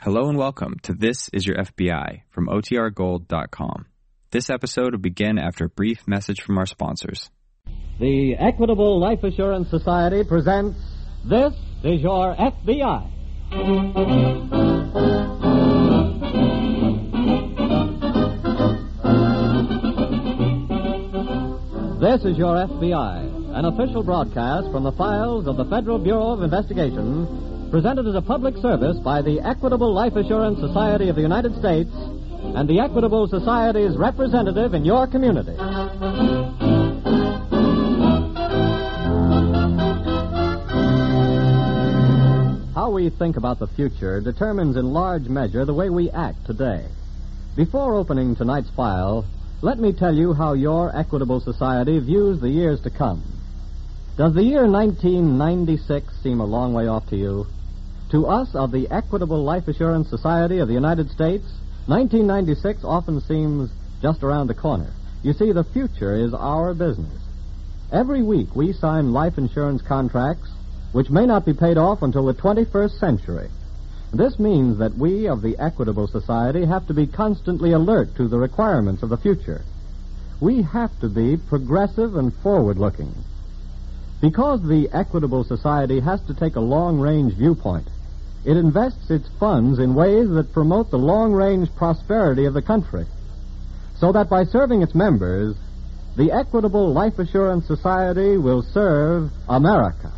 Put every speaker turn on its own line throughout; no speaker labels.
Hello and welcome to This Is Your FBI from OTRGold.com. This episode will begin after a brief message from our sponsors.
The Equitable Life Assurance Society presents This is Your FBI. This is Your FBI, an official broadcast from the files of the Federal Bureau of Investigation, presented as a public service by the Equitable Life Assurance Society of the United States and the Equitable Society's representative in your community. How we think about the future determines in large measure the way we act today. Before opening tonight's file, let me tell you how your Equitable Society views the years to come. Does the year 1996 seem a long way off to you? To us of the Equitable Life Assurance Society of the United States, 1996 often seems just around the corner. You see, the future is our business. Every week we sign life insurance contracts which may not be paid off until the 21st century. This means that we of the Equitable Society have to be constantly alert to the requirements of the future. We have to be progressive and forward looking. Because the Equitable Society has to take a long range viewpoint, it invests its funds in ways that promote the long range prosperity of the country. So that by serving its members, the Equitable Life Assurance Society will serve America.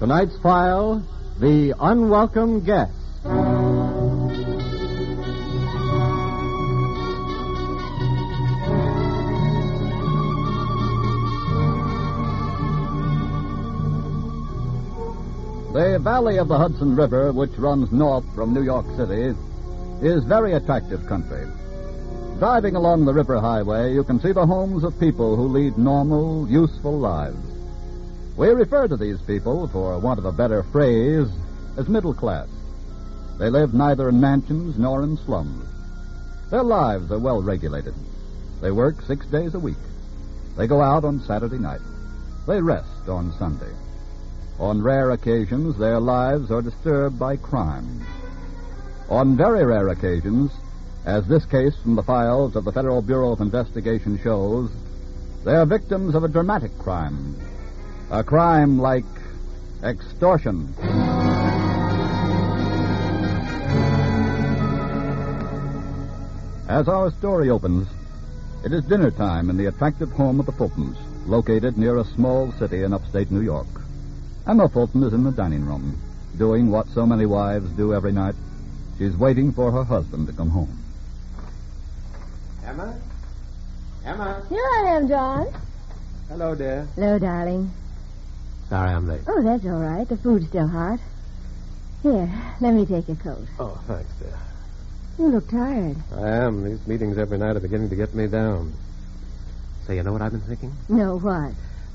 Tonight's file The Unwelcome Guest.
The valley of the Hudson River, which runs north from New York City, is very attractive country. Driving along the river highway, you can see the homes of people who lead normal, useful lives. We refer to these people, for want of a better phrase, as middle class. They live neither in mansions nor in slums. Their lives are well regulated. They work six days a week. They go out on Saturday night. They rest on Sunday. On rare occasions, their lives are disturbed by crime. On very rare occasions, as this case from the files of the Federal Bureau of Investigation shows, they are victims of a dramatic crime. A crime like extortion. As our story opens, it is dinner time in the attractive home of the Fultons, located near a small city in upstate New York. Emma Fulton is in the dining room, doing what so many wives do every night. She's waiting for her husband to come home.
Emma? Emma?
Here I am, John.
Hello, dear.
Hello, darling.
Sorry I'm late.
Oh, that's all right. The food's still hot. Here, let me take your coat.
Oh, thanks, dear.
You look tired.
I am. These meetings every night are beginning to get me down. Say, you know what I've been thinking?
No, what?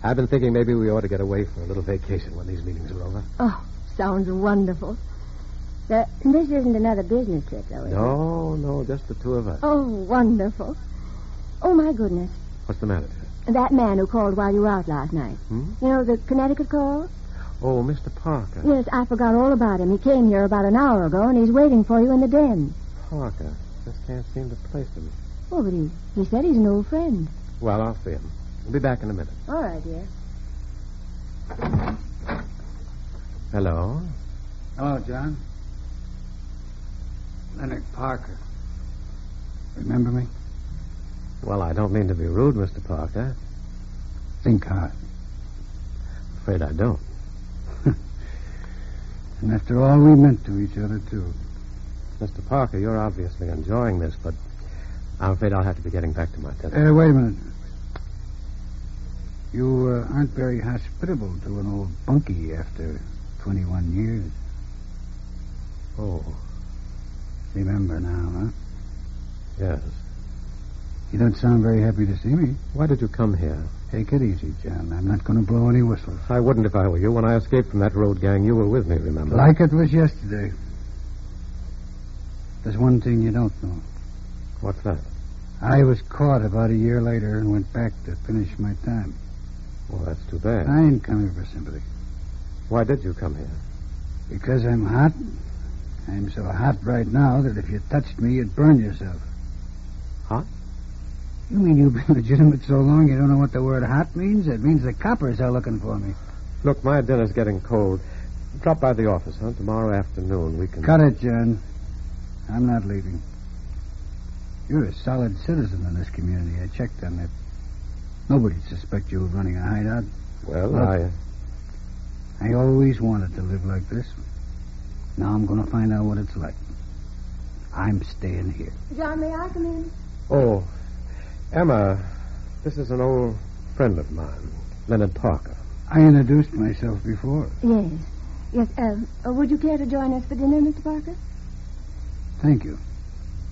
I've been thinking maybe we ought to get away for a little vacation when these meetings are over.
Oh, sounds wonderful. But this isn't another business trip, though, is it?
No, no, just the two of us.
Oh, wonderful. Oh, my goodness.
What's the matter, dear?
That man who called while you were out last night.
Hmm?
You know, the Connecticut call?
Oh, Mr. Parker.
Yes, I forgot all about him. He came here about an hour ago, and he's waiting for you in the den.
Parker. Just can't seem to place him.
Oh, but he, he said he's an old friend.
Well, I'll see him. We'll be back in a minute.
All right, dear.
Hello?
Hello, John. Leonard Parker. Remember me?
Well, I don't mean to be rude, Mr. Parker.
Think hard.
Afraid I don't.
And after all we meant to each other, too.
Mr. Parker, you're obviously enjoying this, but I'm afraid I'll have to be getting back to my desk.
Hey, Eh, wait a minute. You uh, aren't very hospitable to an old bunkie after 21 years.
Oh,
Remember now, huh?
yes.
You don't sound very happy to see me.
Why did you come here?
Take it easy, John. I'm not going to blow any whistles.
I wouldn't if I were you. When I escaped from that road gang, you were with me, remember?
Like it was yesterday. There's one thing you don't know.
What's that?
I was caught about a year later and went back to finish my time.
Well, that's too bad.
I ain't coming for sympathy.
Why did you come here?
Because I'm hot. I'm so hot right now that if you touched me, you'd burn yourself.
Hot?
You mean you've been legitimate so long you don't know what the word hot means? It means the coppers are looking for me.
Look, my dinner's getting cold. Drop by the office, huh? Tomorrow afternoon we can.
Cut it, John. I'm not leaving. You're a solid citizen in this community. I checked on that. Nobody'd suspect you of running a hideout.
Well,
Look.
I.
I always wanted to live like this. Now I'm going to find out what it's like. I'm staying here.
John, may I come in?
Oh, Emma, this is an old friend of mine, Leonard Parker.
I introduced myself before.
Yes. Yes, um, uh, would you care to join us for dinner, Mr. Parker?
Thank you.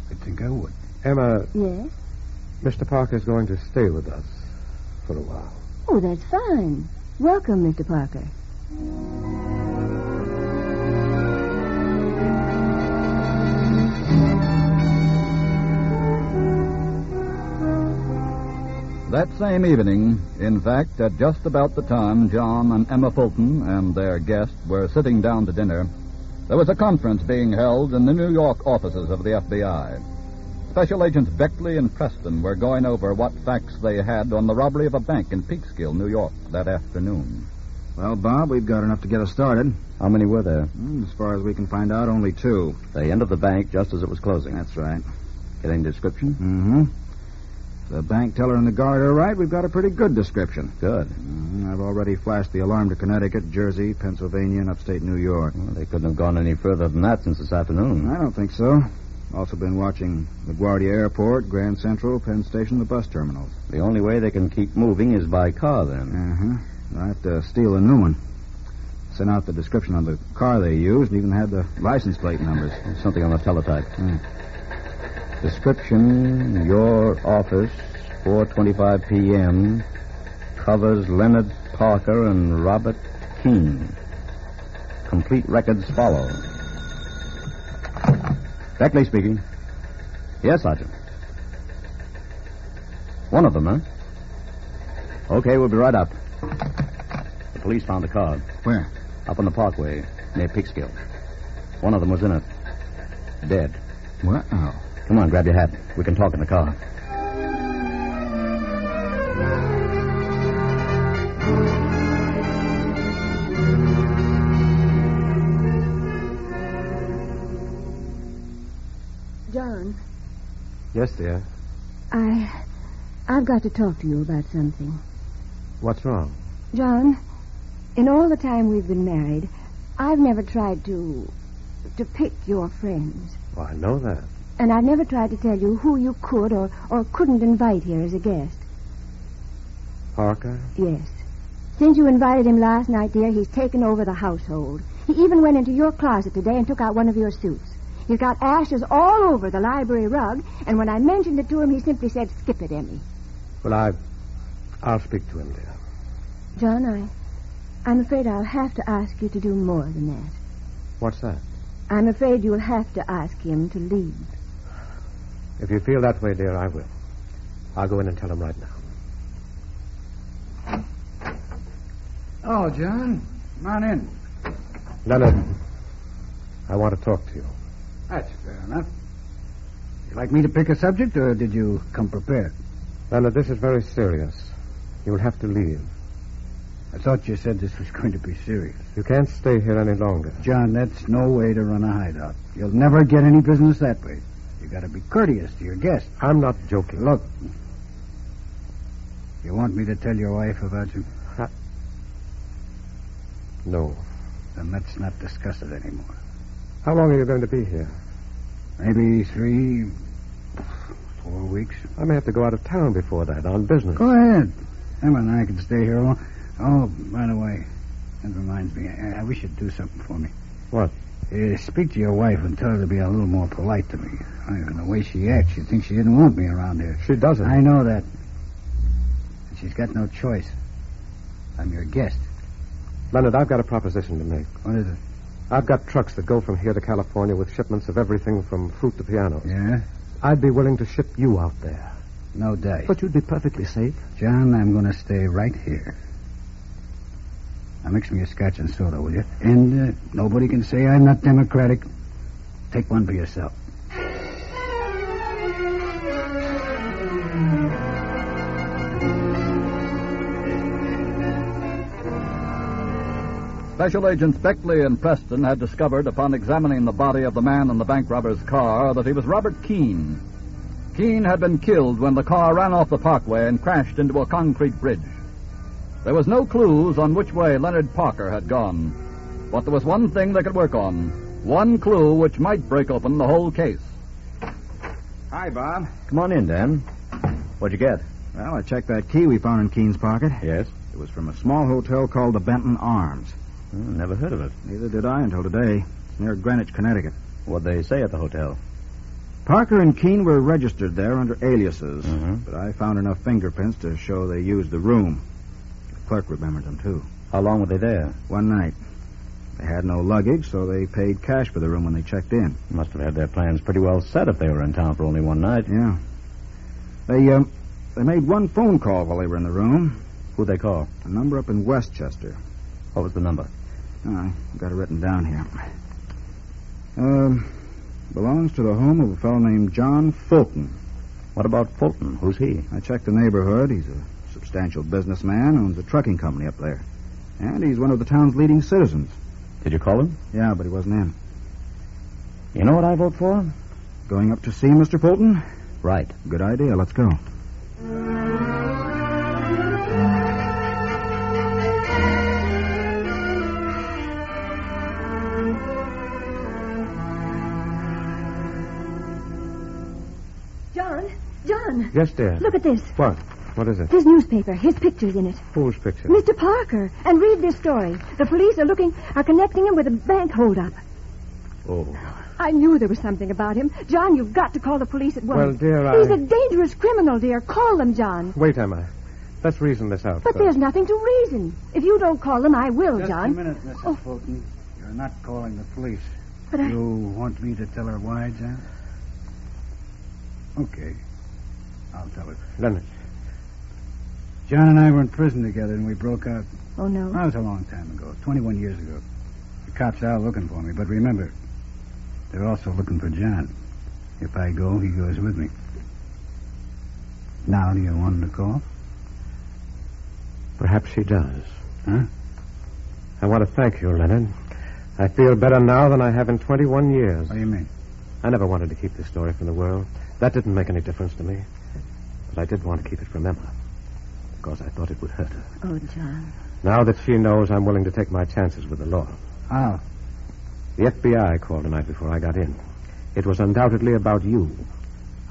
I think I would.
Emma,
Yes.
Mr. Parker's going to stay with us for a while.
Oh, that's fine. Welcome, Mr. Parker.
That same evening, in fact, at just about the time John and Emma Fulton and their guest were sitting down to dinner, there was a conference being held in the New York offices of the FBI. Special Agents Beckley and Preston were going over what facts they had on the robbery of a bank in Peekskill, New York, that afternoon.
Well, Bob, we've got enough to get us started.
How many were there?
Mm, As far as we can find out, only two.
They entered the bank just as it was closing.
That's right.
Get any description?
Mm-hmm. The bank teller and the guard are right. We've got a pretty good description.
Good.
Mhm. I've already flashed the alarm to Connecticut, Jersey, Pennsylvania, and upstate New York.
Well, they couldn't have gone any further than that since this afternoon.
I don't think so. Also been watching LaGuardia Airport, Grand Central, Penn Station, the bus terminals.
The only way they can keep moving is by car, then.
Uh-huh. I have to steal a new one. Sent out the description of the car they used and even had the license plate numbers.
Something on the teletype.
Hmm.
Description Your office, 4.25 p.m., covers Leonard Parker and Robert Keene. Complete records follow. Beckley speaking. Yes, Sergeant. One of them, huh? Okay, we'll be right up. The police found the car
Where?
up on the parkway near Peekskill. One of them was in it. Dead.
Wow.
Come on, grab your hat. We can talk in the car.
John,
Yes, dear.
I. I've got to talk to you about something.
What's wrong?
John, in all the time we've been married, I've never tried to. to pick your friends.
Well, I know that.
And I've never tried to tell you who you could or, or couldn't invite here as a guest.
Parker?
Yes. Since you invited him last night, dear, he's taken over the household. He even went into your closet today and took out one of your suits. He's got ashes all over the library rug, and when I mentioned it to him, he simply said, Skip it, Emmy.
Well, I. I'll speak to him, dear.
John, I, I'm afraid I'll have to ask you to do more than that.
What's that?
I'm afraid you'll have to ask him to leave.
If you feel that way, dear, I will. I'll go in and tell him right now.
Oh, John. Come on in.
Leonard, I want to talk to you.
That's fair enough. You like me to pick a subject, or did you come prepared?
Leonard, this is very serious. You'll have to leave.
I thought you said this was going to be serious.
You can't stay here any longer.
John, that's no way to run a hideout. You'll never get any business that way. You gotta be courteous to your guests.
I'm not joking.
Look. You want me to tell your wife about you?
No.
Then let's not discuss it anymore.
How long are you going to be here?
Maybe three, four weeks.
I may have to go out of town before that on business.
Go ahead. Emma and I can stay here alone. Oh, by the way, that reminds me. I, I wish you'd do something for me.
What?
Uh, speak to your wife and tell her to be a little more polite to me. I, the way she acts, she'd think she didn't want me around here.
She doesn't.
I know that. And she's got no choice. I'm your guest.
Leonard, I've got a proposition to make.
What is it?
I've got trucks that go from here to California with shipments of everything from fruit to pianos.
Yeah?
I'd be willing to ship you out there.
No dice.
But you'd be perfectly safe.
John, I'm going to stay right here.
Now mix me a scotch and soda, will you? And uh, nobody can say I'm not democratic. Take one for yourself.
Special Agents Beckley and Preston had discovered upon examining the body of the man in the bank robber's car that he was Robert Keene. Keene had been killed when the car ran off the parkway and crashed into a concrete bridge. There was no clues on which way Leonard Parker had gone. But there was one thing they could work on. One clue which might break open the whole case.
Hi, Bob. Come on in, Dan. What'd you get? Well, I checked that key we found in Keene's pocket. Yes? It was from a small hotel called the Benton Arms.
never heard of it.
Neither did I until today. It's near Greenwich, Connecticut.
What'd they say at the hotel?
Parker and Keene were registered there under aliases,
Mhm.
Mm-hmm.
but I found enough fingerprints to show they used the room. The clerk remembered them, too.
How long were they there?
One night. They had no luggage, so they paid cash for the room when they checked in.
Must have had their plans pretty well set if they were in town for only one night.
Yeah. They, um, they made one phone call while they were in the room.
Who'd they call?
A number up in Westchester.
What was the number?
Oh, I got it written down here. Um, belongs to the home of a fellow named John Fulton.
What about Fulton? Who's he?
I checked the neighborhood. He's a substantial businessman, owns a trucking company up there. And he's one of the town's leading citizens.
Did you call him?
Yeah, but he wasn't in.
You know what I vote for?
Going up to see Mr. Fulton?
Right.
Good idea. Let's go.
John, John,
Yes, dear.
look at this.
What? What is it?
His newspaper, his picture's in it.
Whose picture?
Mr. Parker, and read this story. The police are looking, are connecting him with a bank holdup.
Oh.
I knew there was something about him. John, you've got to call the police at once.
Well, dear, I-
He's a dangerous criminal, dear. Call them, John.
Wait, Emma. Let's reason this out.
But
first.
there's nothing to reason. If you don't call them, I will,
Just
John.
a minute, Mrs.
Oh.
Fulton. You're not calling the police.
But I-
You want me to tell her why, John? Okay. I'll tell her.
Leonard.
John and I were in prison together and we broke out.
Oh, no.
That was a long time ago, 21 years ago. The cops are looking for me, but remember, they're also looking for John. If I go, he goes with me. Now, do you want him to call?
Perhaps she does.
Huh?
I want to thank you, Leonard. I feel better now than I have in 21 years.
What do you mean?
I never wanted to keep this story from the world. That didn't make any difference to me. But I did want to keep it from Emma. Because I thought it would hurt her.
Oh, John.
Now that she knows, I'm willing to take my chances with the law.
How?
The FBI called the night before I got in. It was undoubtedly about you.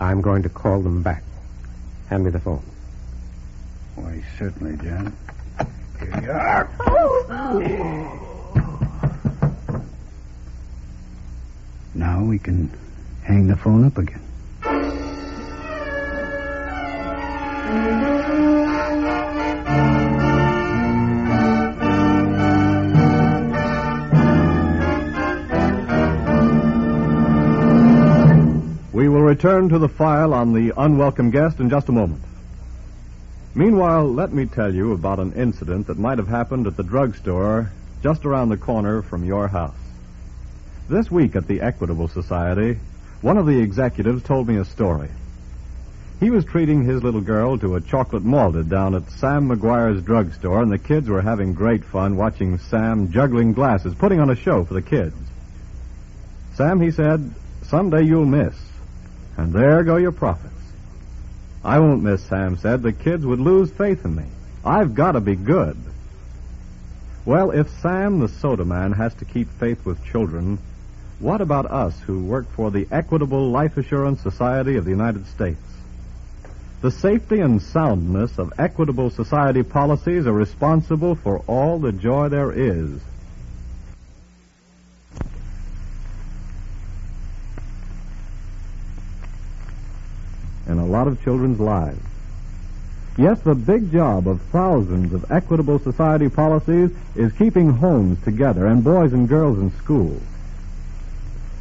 I'm going to call them back. Hand me the phone.
Why, certainly, John. Here you are. Now we can hang the phone up again.
We will return to the file on the unwelcome guest in just a moment. Meanwhile, let me tell you about an incident that might have happened at the drugstore just around the corner from your house. This week at the Equitable Society, one of the executives told me a story. He was treating his little girl to a chocolate malted down at Sam McGuire's drugstore, and the kids were having great fun watching Sam juggling glasses, putting on a show for the kids. Sam, he said, someday you'll miss. And there go your profits. I won't miss, Sam said. The kids would lose faith in me. I've got to be good. Well, if Sam the soda man has to keep faith with children, what about us who work for the Equitable Life Assurance Society of the United States? The safety and soundness of equitable society policies are responsible for all the joy there is. in a lot of children's lives. Yes, the big job of thousands of equitable society policies is keeping homes together and boys and girls in school.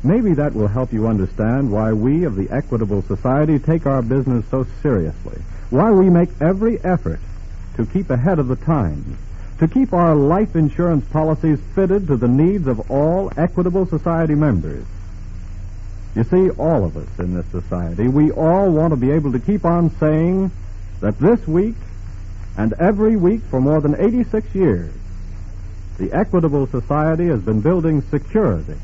Maybe that will help you understand why we of the Equitable Society take our business so seriously, why we make every effort to keep ahead of the times,
to keep our life insurance policies fitted to the needs of all Equitable Society members. You see, all of us in this society, we all want to be able to keep on saying that this week and every week for more than 86 years, the Equitable Society has been building security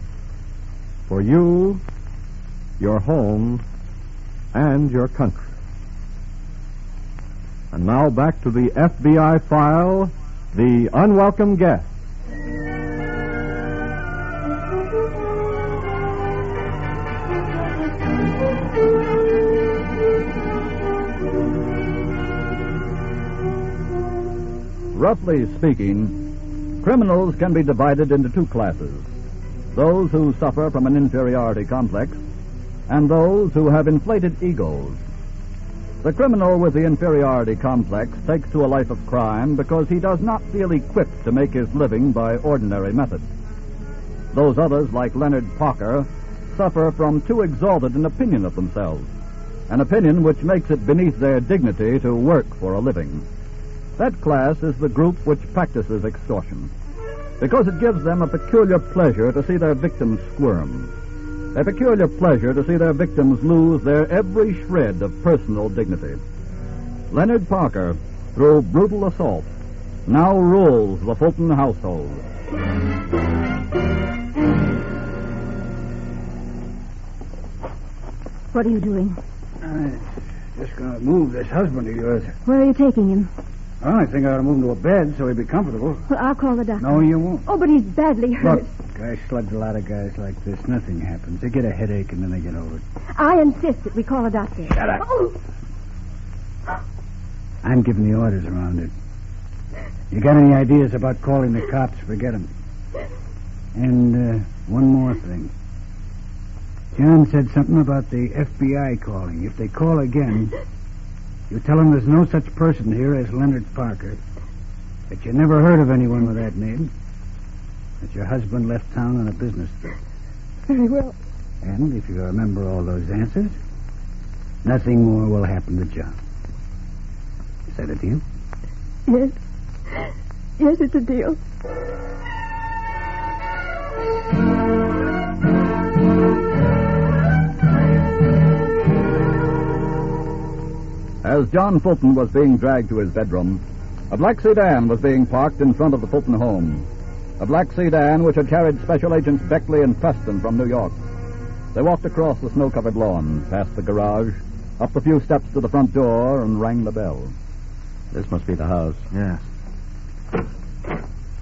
for you, your home, and your country. And now back to the FBI file, The Unwelcome Guest.
Roughly speaking, criminals can be divided into two classes those who suffer from an inferiority complex, and those who have inflated egos. The criminal with the inferiority complex takes to a life of crime because he does not feel equipped to make his living by ordinary methods. Those others, like Leonard Parker, suffer from too exalted an opinion of themselves, an opinion which makes it beneath their dignity to work for a living. That class is the group which practices extortion because it gives them a peculiar pleasure to see their victims squirm, a peculiar pleasure to see their victims lose their every shred of personal dignity. Leonard Parker, through brutal assault, now rules the Fulton household.
What are you doing?
I just gonna move this husband of yours.
Where are you taking him?
Well, I think I ought to move him to a bed so he'd be comfortable.
Well, I'll call the doctor.
No, you won't.
Oh, but he's badly hurt.
Look, I slugged a lot of guys like this. Nothing happens. They get a headache and then they get over it.
I insist that we call a doctor.
Shut up.
Oh,
I'm giving the orders around it. You got any ideas about calling the cops? Forget them. And uh, one more thing. John said something about the FBI calling. If they call again, you tell them there's no such person here as Leonard Parker. That you never heard of anyone with that name. That your husband left town on a business trip.
very well.
And if you remember all those answers, nothing more will happen to John. Is that a deal?
Yes. Yes, it's a deal.
As John Fulton was being dragged to his bedroom, a black sedan was being parked in front of the Fulton home. A black sedan which had carried Special Agents Beckley and Preston from New York. They walked across the snow covered lawn, past the garage, up the few steps to the front door, and rang the bell.
This must be the house.
Yes.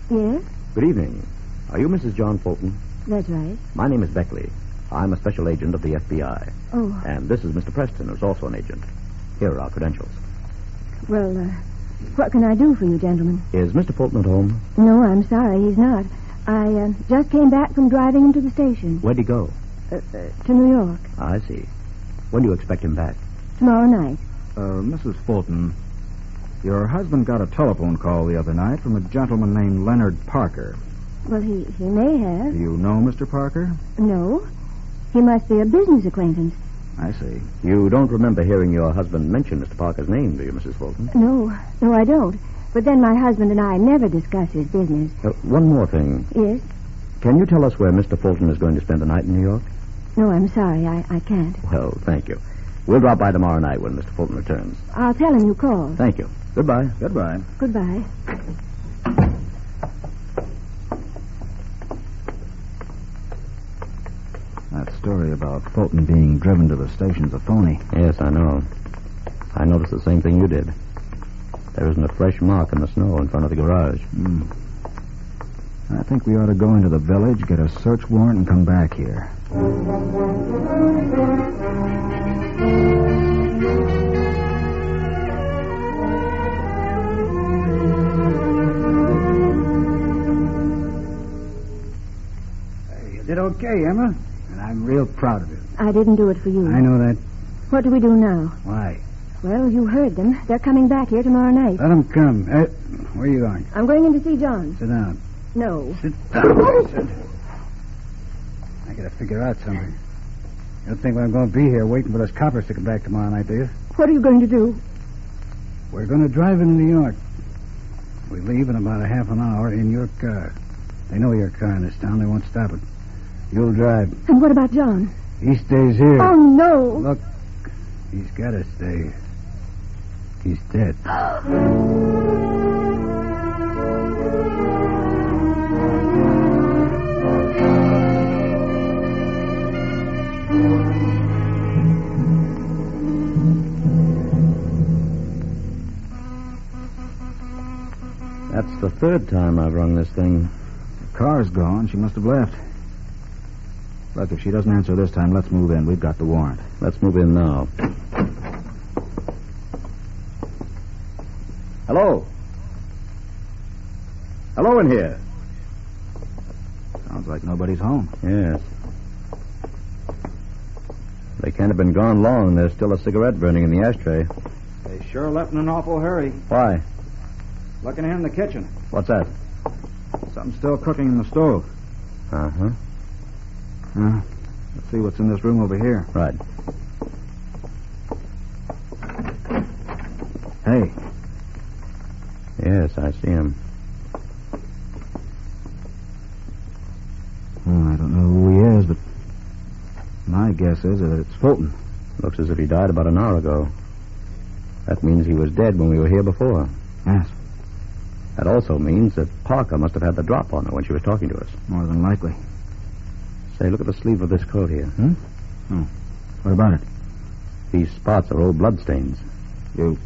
Yes,
Good evening. Are you Mrs. John Fulton?
that's right.
My name is Beckley. I'm a special agent of the FBI.
Oh,
And this is Mr. Preston, who's also an agent. Here are our credentials.
well, uh, what can I do for you, gentlemen?
Is Mr. Fulton at home?
No, I'm sorry, he's not. I uh, just came back from driving him to the station,
Where'd he go?
uh, uh, to New York,
I see. When do you expect him back?
tomorrow night.
Uh, Mrs. Fulton, your husband got a telephone call the other night from a gentleman named Leonard Parker.
Well, he, he may
Do
have.
you know Mr. Parker?
No. He must be a business acquaintance.
I see.
You don't remember hearing your husband mention Mr. Parker's name, do you, Mrs. Fulton?
No, no, I don't. But then my husband and I never discuss his business.
Uh, one more thing.
Yes?
Can you tell us where Mr. Fulton is going to spend the night in New York?
No, I'm sorry, I, I can't.
Well, thank you. We'll drop by tomorrow night when Mr. Fulton returns.
I'll tell him you called.
Thank you. Goodbye.
Goodbye.
Goodbye.
That story about Fulton being driven to the station's a phony.
Yes, I know. I noticed the same thing you did. There isn't a fresh mark in the snow in front of the garage.
I think we ought to go into the village, get a search warrant, and come back here.
You did okay, Emma. And I'm real proud of you.
I didn't do it for you.
I know that.
What do we do now?
Why?
Well, you heard them. They're coming back here tomorrow night.
Let him come. Eh, where you going?
I'm going in to see John.
Sit down.
No.
Sit down. I said. I gotta figure out something. You don't think I'm gonna be here waiting for those coppers to come back tomorrow night, do you?
What are you going to do?
We're gonna drive into New York. We leave in about a half an hour in your car. They know your car in this town. They won't stop it. You'll drive.
And what about John?
He stays here.
Oh, no.
Look, he's got to stay. He's dead.
That's the third time I've rung this thing.
The car's gone. She must have left. Look, if she doesn't answer this time, let's move in. We've got the warrant.
Let's move in now.
Hello. Hello in here. Sounds like nobody's home.
Yes. They can't have been gone long. There's still a cigarette burning in the ashtray.
They sure left in an awful hurry.
Why?
Looking in the kitchen.
What's that?
Something's still cooking in the stove.
Uh huh.
Huh? Let's see what's in this room over here.
Right.
Hey,
Yes, I see him.
Hmm, I don't know who he is, but my guess is that it's Fulton.
Looks as if he died about an hour ago. That means he was dead when we were here before.
Yes,
That also means that Parker must have had the drop on her when she was talking to us.
more than likely.
Say, look at the sleeve of this coat here.
Hmm? What about it?
These spots are old bloodstains.
You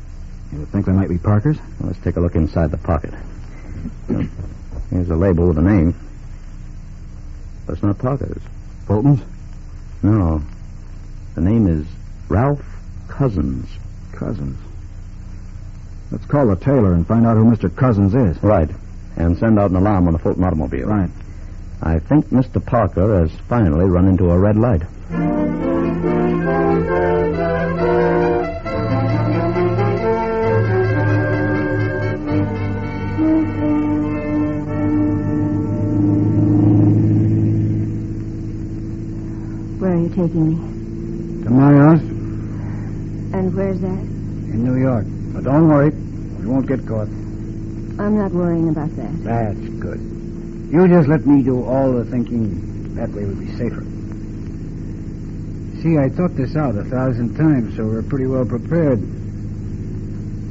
you think they might be Parker's?
Well, let's take a look inside the pocket. Here's a label with a name. But it's not Parker's.
Fulton's?
No. The name is Ralph Cousins.
Cousins. Let's call the tailor and find out who Mr. Cousins is.
Right. And send out an alarm on the Fulton automobile.
Right.
I think Mr. Parker has finally run into a red light.
Where are you taking me?
To my house
And where's that?
in New York. But don't worry. We won't get caught.
I'm not worrying about that.
That's good. You just let me do all the thinking. That way we'll be safer. See, I thought this out a thousand times, so we're pretty well prepared.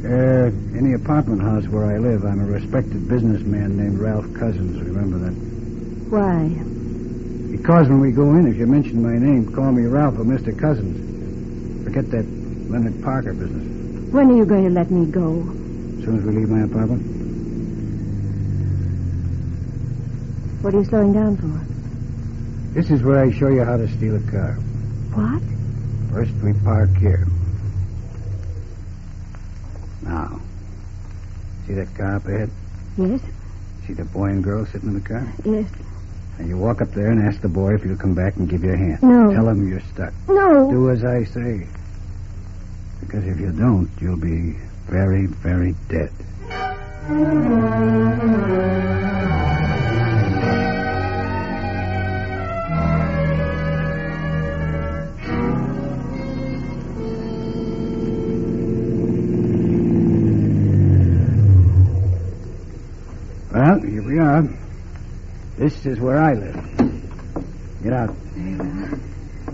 Uh, in the apartment house where I live, I'm a respected businessman named Ralph Cousins. Remember that?
Why?
Because when we go in, if you mention my name, call me Ralph or Mr. Cousins. Forget that Leonard Parker business.
When are you going to let me go?
As soon as we leave my apartment,
What are you slowing down for?
this is where I show you how to steal a car.
What?
First, we park here. Now, see that car up ahead?
Yes,
See the boy and girl sitting in the car?
yes.
And you walk up there and ask the boy if he'll come back and give you a hand.
No.
Tell him you're stuck.
No.
Do as I say. Because if you don't, you'll be very, very dead. Well, here we are. This is where I live. Get out.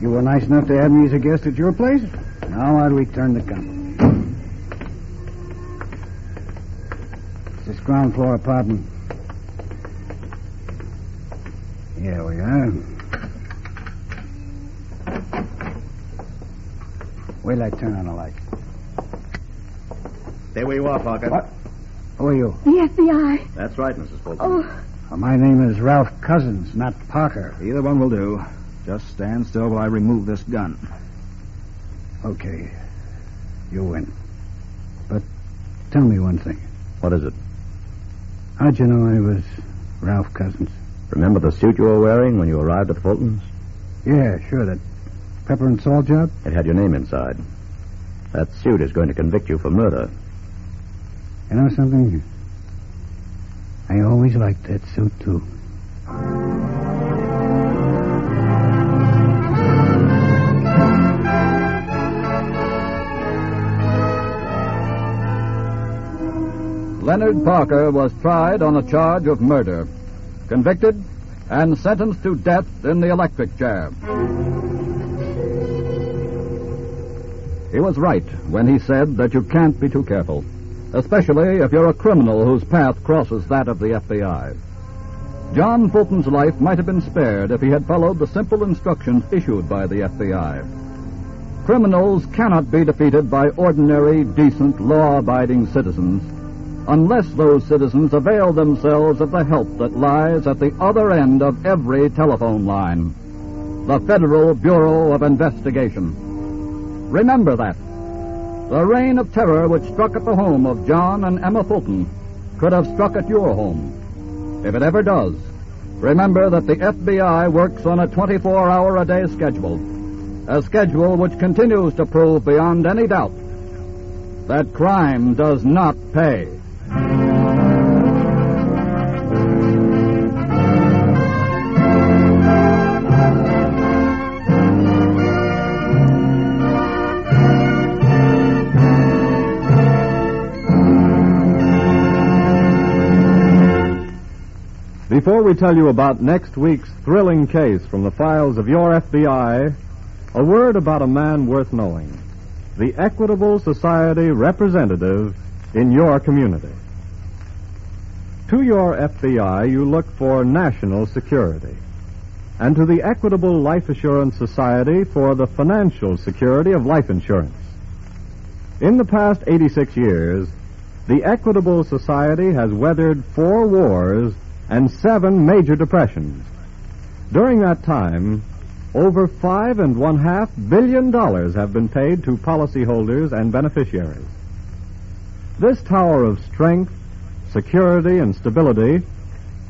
You were nice enough to have me as a guest at your place. Now I'll return the gun. It's this ground floor apartment. Here we are. Wait till I turn on the light.
There we are, Parker.
What? Who are you?
The FBI.
That's right, Mrs. Fulton.
Oh,
Uh, my name is Ralph Cousins, not Parker.
Either one will do. Just stand still while I remove this gun.
Okay. You win. But tell me one thing.
What is it?
How'd you know I was Ralph Cousins?
Remember the suit you were wearing when you arrived at Fulton's?
Yeah, sure. That pepper and salt job?
It had your name inside. That suit is going to convict you for murder.
You know something? I always liked that suit, too.
Leonard Parker was tried on a charge of murder, convicted, and sentenced to death in the electric chair. He was right when he said that you can't be too careful, especially if you're a criminal whose path crosses that of the FBI. John Fulton's life might have been spared if he had followed the simple instructions issued by the FBI. Criminals cannot be defeated by ordinary, decent, law abiding citizens unless those citizens avail themselves of the help that lies at the other end of every telephone line the Federal Bureau of Investigation. Remember that. The reign of terror which struck at the home of John and Emma Fulton could have struck at your home. If it ever does, remember that the FBI works on a 24 hour a day schedule, a schedule which continues to prove beyond any doubt that crime does not pay.
Before we tell you about next week's thrilling case from the files of your FBI, a word about a man worth knowing the Equitable Society representative in your community. To your FBI, you look for national security, and to the Equitable Life Assurance Society for the financial security of life insurance. In the past 86 years, the Equitable Society has weathered four wars and seven major depressions. During that time, over five and one half billion dollars have been paid to policyholders and beneficiaries. This tower of strength, security, and stability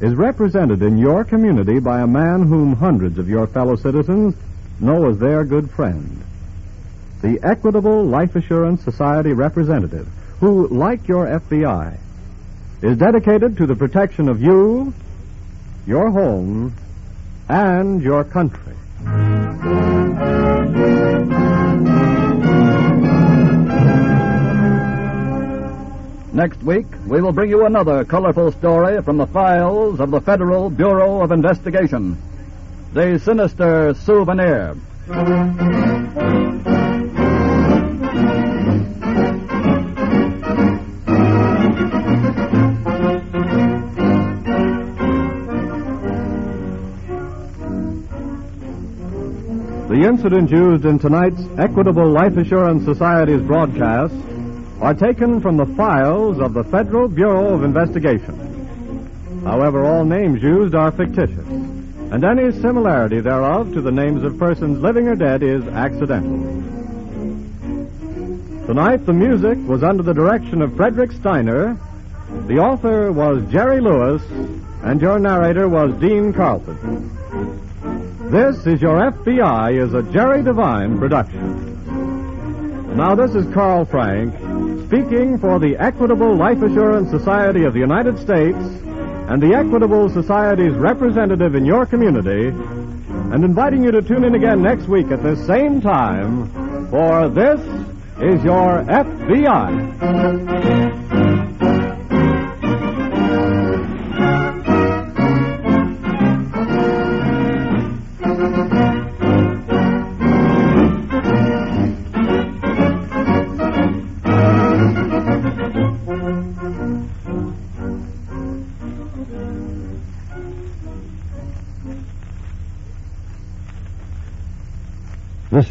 is represented in your community by a man whom hundreds of your fellow citizens know as their good friend. The Equitable Life Assurance Society representative, who, like your FBI, is dedicated to the protection of you, your home, and your country.
Next week, we will bring you another colorful story from the files of the Federal Bureau of Investigation The Sinister Souvenir.
The incidents used in tonight's Equitable Life Assurance Society's broadcast are taken from the files of the Federal Bureau of Investigation. However, all names used are fictitious, and any similarity thereof to the names of persons living or dead is accidental. Tonight, the music was under the direction of Frederick Steiner, the author was Jerry Lewis, and your narrator was Dean Carlton. This is Your FBI is a Jerry Devine production. Now, this is Carl Frank speaking for the Equitable Life Assurance Society of the United States and the Equitable Society's representative in your community, and inviting you to tune in again next week at this same time for This is Your FBI.
This